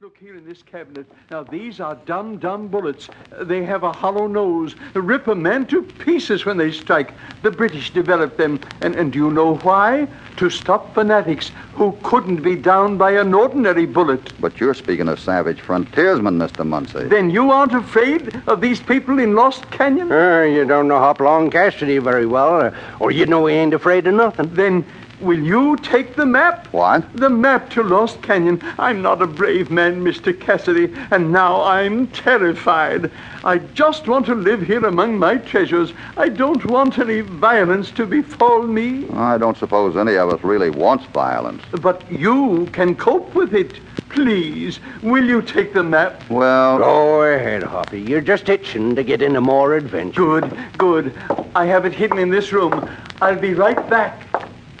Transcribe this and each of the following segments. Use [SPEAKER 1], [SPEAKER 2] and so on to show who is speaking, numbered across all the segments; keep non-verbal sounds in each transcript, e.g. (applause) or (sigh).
[SPEAKER 1] Look here in this cabinet. Now, these are dumb, dumb bullets. They have a hollow nose. Rip a man to pieces when they strike. The British developed them. And, and do you know why? To stop fanatics who couldn't be downed by an ordinary bullet.
[SPEAKER 2] But you're speaking of savage frontiersmen, Mr. Munsey.
[SPEAKER 1] Then you aren't afraid of these people in Lost Canyon?
[SPEAKER 3] Uh, you don't know Hoplong Cassidy very well, or, or you know he ain't afraid of nothing.
[SPEAKER 1] Then will you take the map?
[SPEAKER 2] What?
[SPEAKER 1] The map to Lost Canyon. I'm not a brave man, Mr. Cassidy, and now I'm terrified. I just want to live here among my treasures. I don't want any violence to befall me.
[SPEAKER 2] I don't suppose any of us really wants violence.
[SPEAKER 1] But you can cope with it. Please, will you take the map?
[SPEAKER 2] Well,
[SPEAKER 3] Go ahead, Hoppy. You're just itching to get into more adventure.
[SPEAKER 1] Good, good. I have it hidden in this room. I'll be right back.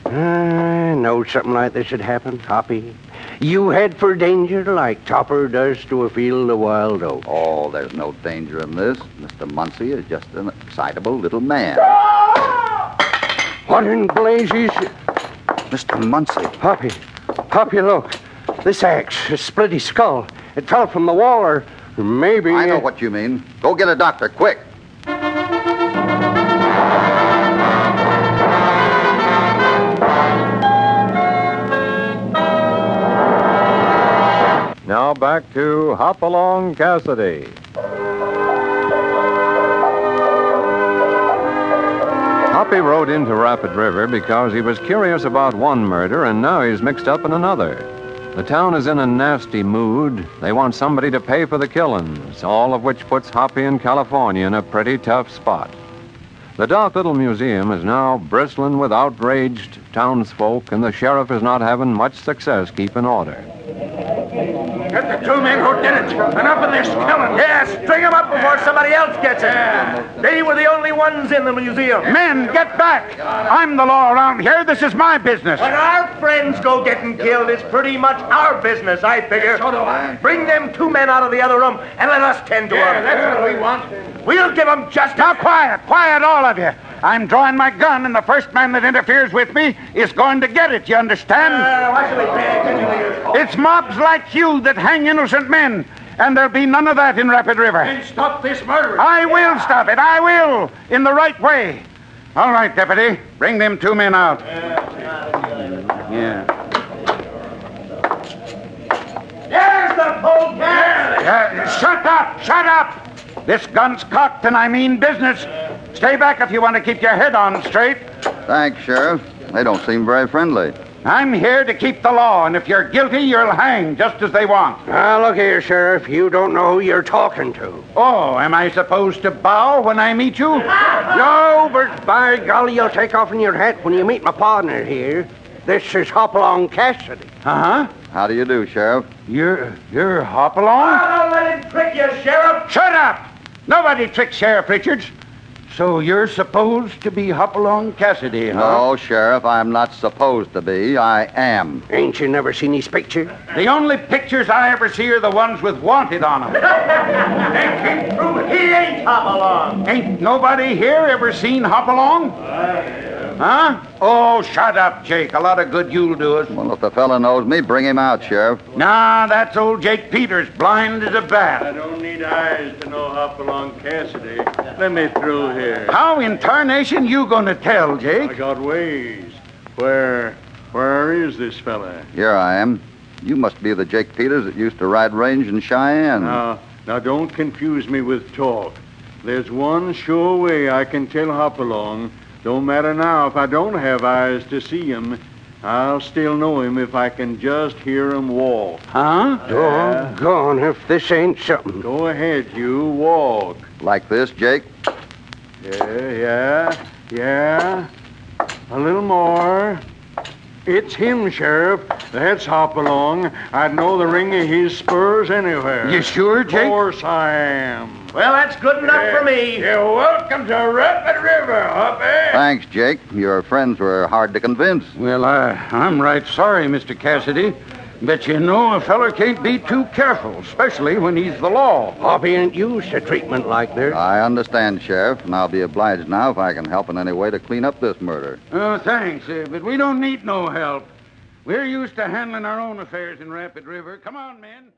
[SPEAKER 3] I know Uh, something like this would happen, Hoppy. You head for danger like Topper does to a field of wild oats.
[SPEAKER 2] oh, there's no danger in this. Mr. Munsey is just an excitable little man.
[SPEAKER 3] What in blazes?
[SPEAKER 2] Mr. Munsey.
[SPEAKER 3] Hoppy, Hoppy, look. This axe has split his skull. It fell from the wall, or maybe.
[SPEAKER 2] I know what you mean. Go get a doctor, quick.
[SPEAKER 4] Now back to Hop Along Cassidy. Hoppy rode into Rapid River because he was curious about one murder and now he's mixed up in another. The town is in a nasty mood. They want somebody to pay for the killings, all of which puts Hoppy in California in a pretty tough spot. The Doc Little Museum is now bristling with outraged townsfolk, and the sheriff is not having much success keeping order.
[SPEAKER 5] Get the two men who did it. Enough of this killing. Yes, string them up before somebody else gets it. They were the only ones in the museum. Men, get back. I'm the law around here. This is my business. When our friends go getting killed, it's pretty much our business, I figure. So do I. Bring them two men out of the other room and let us tend to them. that's what we want. We'll give them justice. Now, quiet. Quiet, all of you. I'm drawing my gun, and the first man that interferes with me is going to get it, you understand? It's mobs like you that hang innocent men. And there'll be none of that in Rapid River. Then stop this murder. I will stop it. I will. In the right way. All right, deputy. Bring them two men out. Yeah. There's the polecat. shut up. Shut up. This gun's cocked, and I mean business. Stay back if you want to keep your head on straight.
[SPEAKER 2] Thanks, Sheriff. They don't seem very friendly.
[SPEAKER 5] I'm here to keep the law, and if you're guilty, you'll hang just as they want.
[SPEAKER 3] Now, Ah, look here, Sheriff. You don't know who you're talking to.
[SPEAKER 5] Oh, am I supposed to bow when I
[SPEAKER 6] (laughs)
[SPEAKER 5] meet you?
[SPEAKER 3] No, but by golly, you'll take off in your hat when you meet my partner here. This is Hopalong Cassidy.
[SPEAKER 5] Uh huh.
[SPEAKER 2] How do you do, Sheriff?
[SPEAKER 5] You're you're Hopalong. I'll let him trick you, Sheriff. Shut up! Nobody tricks Sheriff Richards. So you're supposed to be Hopalong Cassidy, huh?
[SPEAKER 2] No, Oh, Sheriff, I'm not supposed to be. I am.
[SPEAKER 3] Ain't you never seen his picture?
[SPEAKER 5] The only pictures I ever see are the ones with
[SPEAKER 6] (laughs)
[SPEAKER 5] wanted on them. they keep through. He ain't Hopalong. Ain't nobody here ever seen Hopalong?
[SPEAKER 6] Uh,
[SPEAKER 5] Huh? Oh, shut up, Jake. A lot of good you'll do us.
[SPEAKER 2] Well, if the fellow knows me, bring him out, Sheriff.
[SPEAKER 5] Nah, that's old Jake Peters, blind as a bat.
[SPEAKER 6] don't need eyes to know Hopalong Cassidy. Let me through here.
[SPEAKER 5] How in tarnation you gonna tell, Jake?
[SPEAKER 6] I got ways. Where, where is this fella?
[SPEAKER 2] Here I am. You must be the Jake Peters that used to ride range in Cheyenne.
[SPEAKER 5] Uh.
[SPEAKER 6] Now, now don't confuse me with talk. There's one sure way I can tell Hopalong. Don't matter now if I don't have eyes to see him. I'll still know him if I can just hear him walk.
[SPEAKER 5] Huh?
[SPEAKER 3] Doggone if this ain't something.
[SPEAKER 6] Go ahead, you walk.
[SPEAKER 2] Like this, Jake?
[SPEAKER 6] Yeah, yeah, yeah. A little more. It's him, Sheriff. That's Hopalong. I'd know the ring of his spurs anywhere.
[SPEAKER 5] You sure,
[SPEAKER 6] Of
[SPEAKER 5] Jake?
[SPEAKER 6] course I am.
[SPEAKER 5] Well, that's good enough for me.
[SPEAKER 6] You're welcome to Rapid River, Hoppy.
[SPEAKER 2] Thanks, Jake. Your friends were hard to convince.
[SPEAKER 5] Well, I, I'm right sorry, Mr. Cassidy. But you know, a feller can't be too careful, especially when he's the law.
[SPEAKER 3] Hoppy ain't used to treatment like this.
[SPEAKER 2] I understand, Sheriff, and I'll be obliged now if I can help in any way to clean up this murder.
[SPEAKER 5] Oh, thanks, uh, but we don't need no help. We're used to handling our own affairs in Rapid River. Come on, men.